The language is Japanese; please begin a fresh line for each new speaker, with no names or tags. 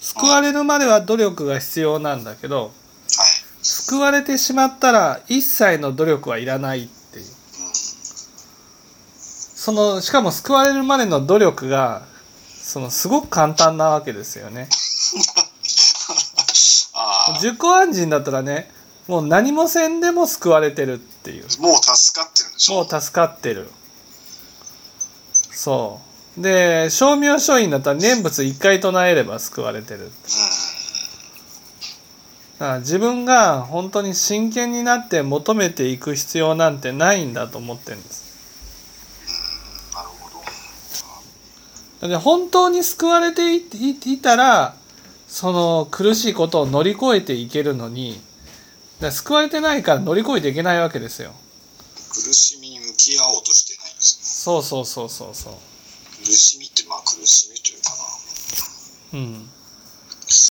救われるまでは努力が必要なんだけど
はい。
救われてしまったら一切の努力はいらないっていう
うん。
そのしかも救われるまでの努力がそのすごく簡単なわけですよね
ああ。
自己暗示だったらねもう何もせんでも救われてるっていう
もう助かってるんでしょ
もう助かってるそうで称名書院だったら念仏一回唱えれば救われてるだから自分が本当に真剣になって求めていく必要なんてないんだと思ってるんです
うん。なるほど。
で本当に救われていいいたらその苦しいことを乗り越えていけるのにだから救われてないから乗り越えていけないわけですよ
苦しみに向き合おうとしてないんです
そうそうそうそうそう
ね。苦しみって、まあ苦しみというかな。
うん